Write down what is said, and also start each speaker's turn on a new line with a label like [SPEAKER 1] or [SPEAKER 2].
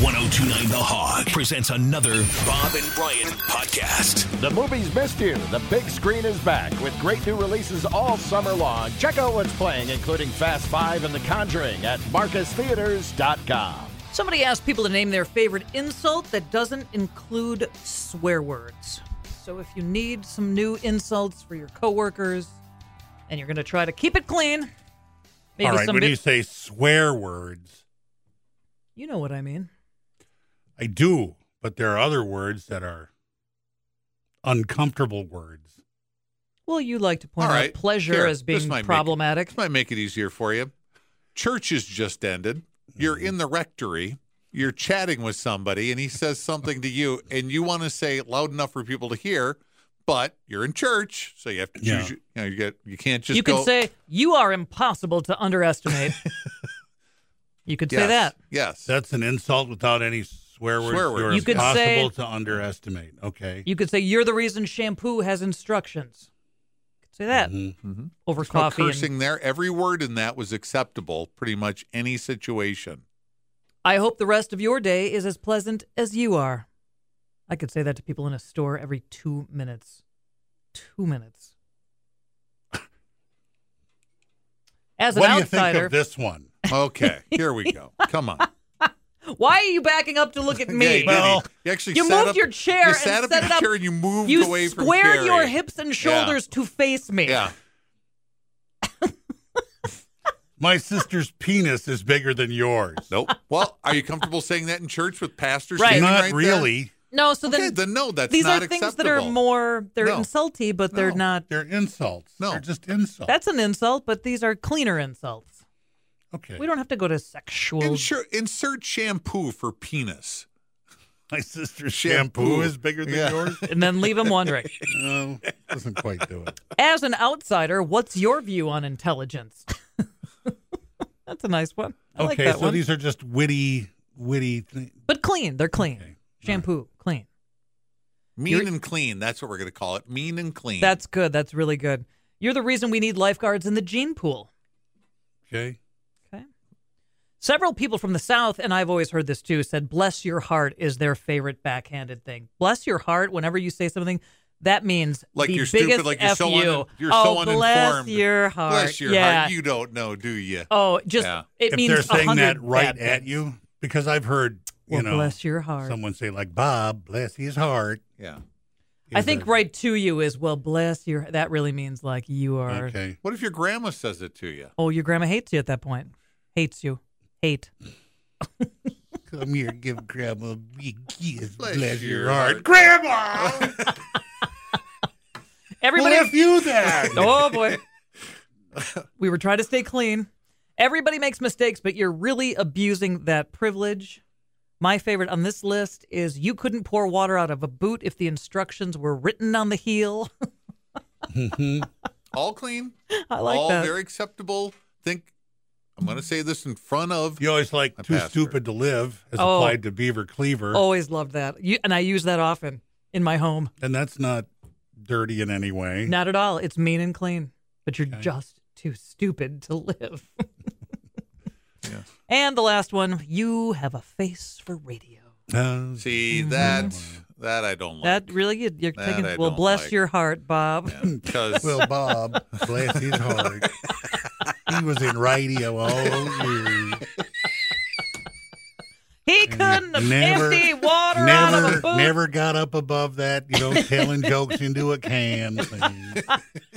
[SPEAKER 1] 1029 The Hog presents another Bob and Brian podcast.
[SPEAKER 2] The movies missed you. The big screen is back with great new releases all summer long. Check out what's playing, including Fast Five and The Conjuring at MarcusTheaters.com.
[SPEAKER 3] Somebody asked people to name their favorite insult that doesn't include swear words. So if you need some new insults for your coworkers and you're going to try to keep it clean, maybe
[SPEAKER 4] All right,
[SPEAKER 3] some
[SPEAKER 4] when
[SPEAKER 3] bit-
[SPEAKER 4] you say swear words,
[SPEAKER 3] You know what I mean.
[SPEAKER 4] I do, but there are other words that are uncomfortable words.
[SPEAKER 3] Well, you like to point
[SPEAKER 5] All
[SPEAKER 3] out
[SPEAKER 5] right,
[SPEAKER 3] pleasure
[SPEAKER 5] here,
[SPEAKER 3] as
[SPEAKER 5] this
[SPEAKER 3] being
[SPEAKER 5] might make it-
[SPEAKER 3] problematic.
[SPEAKER 5] This might make it easier for you. Church has just ended. You're
[SPEAKER 3] Mm-hmm.
[SPEAKER 5] in the rectory. You're chatting with somebody, and he says something to you, and you want to say it loud enough for people to hear, but you're in church, so you have to choose.
[SPEAKER 4] Yeah.
[SPEAKER 5] your- You know, you get you can't just
[SPEAKER 3] you
[SPEAKER 5] go.
[SPEAKER 3] could say you are impossible to underestimate. you could say
[SPEAKER 5] Yes,
[SPEAKER 3] that.
[SPEAKER 5] Yes.
[SPEAKER 4] That's an insult without any swear words.
[SPEAKER 5] Swear words.
[SPEAKER 4] You're
[SPEAKER 3] You could say-
[SPEAKER 4] impossible to underestimate. Okay.
[SPEAKER 3] You could say you're the reason shampoo has instructions. You could say that
[SPEAKER 4] Mhm.
[SPEAKER 3] over
[SPEAKER 5] No
[SPEAKER 3] coffee. and-
[SPEAKER 5] Mm-hmm. cursing there. Every word in that was acceptable, pretty much any situation.
[SPEAKER 3] I hope the rest of your day is as pleasant as you are. I could say that to people in a store every two minutes. Two minutes. As an
[SPEAKER 4] What do you think
[SPEAKER 3] outsider,
[SPEAKER 4] of this one?
[SPEAKER 5] Okay, here we go. Come on.
[SPEAKER 3] why are you backing up to look at
[SPEAKER 5] Yeah, you
[SPEAKER 3] me?
[SPEAKER 5] did. you actually
[SPEAKER 3] you
[SPEAKER 5] sat
[SPEAKER 3] moved
[SPEAKER 5] up-
[SPEAKER 3] your chair
[SPEAKER 5] You
[SPEAKER 3] and
[SPEAKER 5] sat up
[SPEAKER 3] set
[SPEAKER 5] in
[SPEAKER 3] it up.
[SPEAKER 5] your chair and you moved
[SPEAKER 3] you
[SPEAKER 5] away from
[SPEAKER 3] squared your
[SPEAKER 5] Carrie.
[SPEAKER 3] hips and shoulders to face me.
[SPEAKER 5] Yeah.
[SPEAKER 4] My sister's penis is bigger than yours.
[SPEAKER 5] Nope. Well, are you comfortable saying that in church with pastors?
[SPEAKER 3] Right.
[SPEAKER 5] standing
[SPEAKER 4] Not
[SPEAKER 5] right there?
[SPEAKER 4] really.
[SPEAKER 3] No, so
[SPEAKER 5] Okay,
[SPEAKER 3] then
[SPEAKER 5] then no, that's
[SPEAKER 3] these
[SPEAKER 5] not
[SPEAKER 3] are things
[SPEAKER 5] acceptable.
[SPEAKER 3] that are more they're
[SPEAKER 5] No.
[SPEAKER 3] insulty, but they're
[SPEAKER 5] No.
[SPEAKER 3] not.
[SPEAKER 4] They're insults.
[SPEAKER 5] No.
[SPEAKER 4] They're just insults.
[SPEAKER 3] That's an insult, but these are cleaner insults.
[SPEAKER 4] okay.
[SPEAKER 3] We don't have to go to sexual.
[SPEAKER 5] Insure, insert shampoo for penis.
[SPEAKER 4] My sister's shampoo,
[SPEAKER 5] Shampoo.
[SPEAKER 4] is bigger than
[SPEAKER 5] Yeah.
[SPEAKER 4] yours.
[SPEAKER 3] and then leave them wondering.
[SPEAKER 4] No, doesn't quite do it.
[SPEAKER 3] As an outsider, what's your view on intelligence? That's a nice one. I like
[SPEAKER 4] okay,
[SPEAKER 3] that
[SPEAKER 4] so
[SPEAKER 3] one.
[SPEAKER 4] these are just witty, witty. Th-
[SPEAKER 3] but clean. They're clean. Shampoo, clean.
[SPEAKER 5] Mean
[SPEAKER 3] You're-
[SPEAKER 5] and clean. That's what we're going to call it. Mean and clean.
[SPEAKER 3] That's good. That's really good. You're the reason we need lifeguards in the gene pool.
[SPEAKER 4] okay.
[SPEAKER 3] Okay. Several people from the South, and I've always heard this too, said bless your heart is their favorite backhanded thing. Bless your heart, whenever you say something, that means
[SPEAKER 5] like
[SPEAKER 3] the
[SPEAKER 5] you're
[SPEAKER 3] biggest
[SPEAKER 5] stupid. Like you're
[SPEAKER 3] F
[SPEAKER 5] so
[SPEAKER 3] you.
[SPEAKER 5] un, you're
[SPEAKER 3] oh,
[SPEAKER 5] so uninformed.
[SPEAKER 3] bless your heart.
[SPEAKER 5] Bless your
[SPEAKER 3] yeah.
[SPEAKER 5] heart. You don't know, do you?
[SPEAKER 3] Oh, just
[SPEAKER 5] Yeah.
[SPEAKER 3] it
[SPEAKER 4] if
[SPEAKER 3] means
[SPEAKER 4] they're saying
[SPEAKER 3] 100
[SPEAKER 4] that right
[SPEAKER 3] bad
[SPEAKER 4] at
[SPEAKER 3] things.
[SPEAKER 4] you, because I've heard, you
[SPEAKER 3] Well,
[SPEAKER 4] know,
[SPEAKER 3] bless your heart.
[SPEAKER 4] someone say like Bob, bless his heart.
[SPEAKER 5] Yeah.
[SPEAKER 3] I
[SPEAKER 4] is
[SPEAKER 3] think
[SPEAKER 4] a-
[SPEAKER 3] right to you is well, bless your. That really means like you are.
[SPEAKER 4] Okay.
[SPEAKER 5] What if your grandma says it to you?
[SPEAKER 3] Oh, your grandma hates you at that point. Hates you. Hate.
[SPEAKER 4] Come here, give Grandma a big kiss.
[SPEAKER 5] Bless
[SPEAKER 4] Bless,
[SPEAKER 5] your
[SPEAKER 4] your, heart.
[SPEAKER 5] heart.
[SPEAKER 4] Grandma,
[SPEAKER 3] Everybody.
[SPEAKER 4] bless you then.
[SPEAKER 3] oh boy. we were trying to stay clean. Everybody makes mistakes, but you're really abusing that privilege. My favorite on this list is you couldn't pour water out of a boot if the instructions were written on the heel.
[SPEAKER 5] All clean.
[SPEAKER 3] I like
[SPEAKER 4] Oh,
[SPEAKER 5] all
[SPEAKER 3] that.
[SPEAKER 5] very acceptable. Think. I'm going to say this in front of.
[SPEAKER 4] You always like
[SPEAKER 5] My
[SPEAKER 4] too
[SPEAKER 5] pastor.
[SPEAKER 4] stupid to live as
[SPEAKER 3] Oh.
[SPEAKER 4] applied to Beaver Cleaver,
[SPEAKER 3] Always loved that. You, and I use that often in my home.
[SPEAKER 4] and that's not dirty in any way.
[SPEAKER 3] Not at all. It's mean and clean, but you're just too stupid to live. And the last one, you have a face for radio.
[SPEAKER 4] Uh,
[SPEAKER 5] See that? That I don't like.
[SPEAKER 3] That really, you- you're
[SPEAKER 5] That
[SPEAKER 3] taking,
[SPEAKER 5] I
[SPEAKER 3] well,
[SPEAKER 5] don't
[SPEAKER 3] bless
[SPEAKER 5] like.
[SPEAKER 3] your heart, Bob.
[SPEAKER 5] Because
[SPEAKER 4] well, Bob, bless his heart. He was in radio all year.
[SPEAKER 3] He couldn't have
[SPEAKER 4] Never-
[SPEAKER 3] empty water out of a
[SPEAKER 4] Never,
[SPEAKER 3] boot.
[SPEAKER 4] never got up above that, you know, telling jokes into a can thing.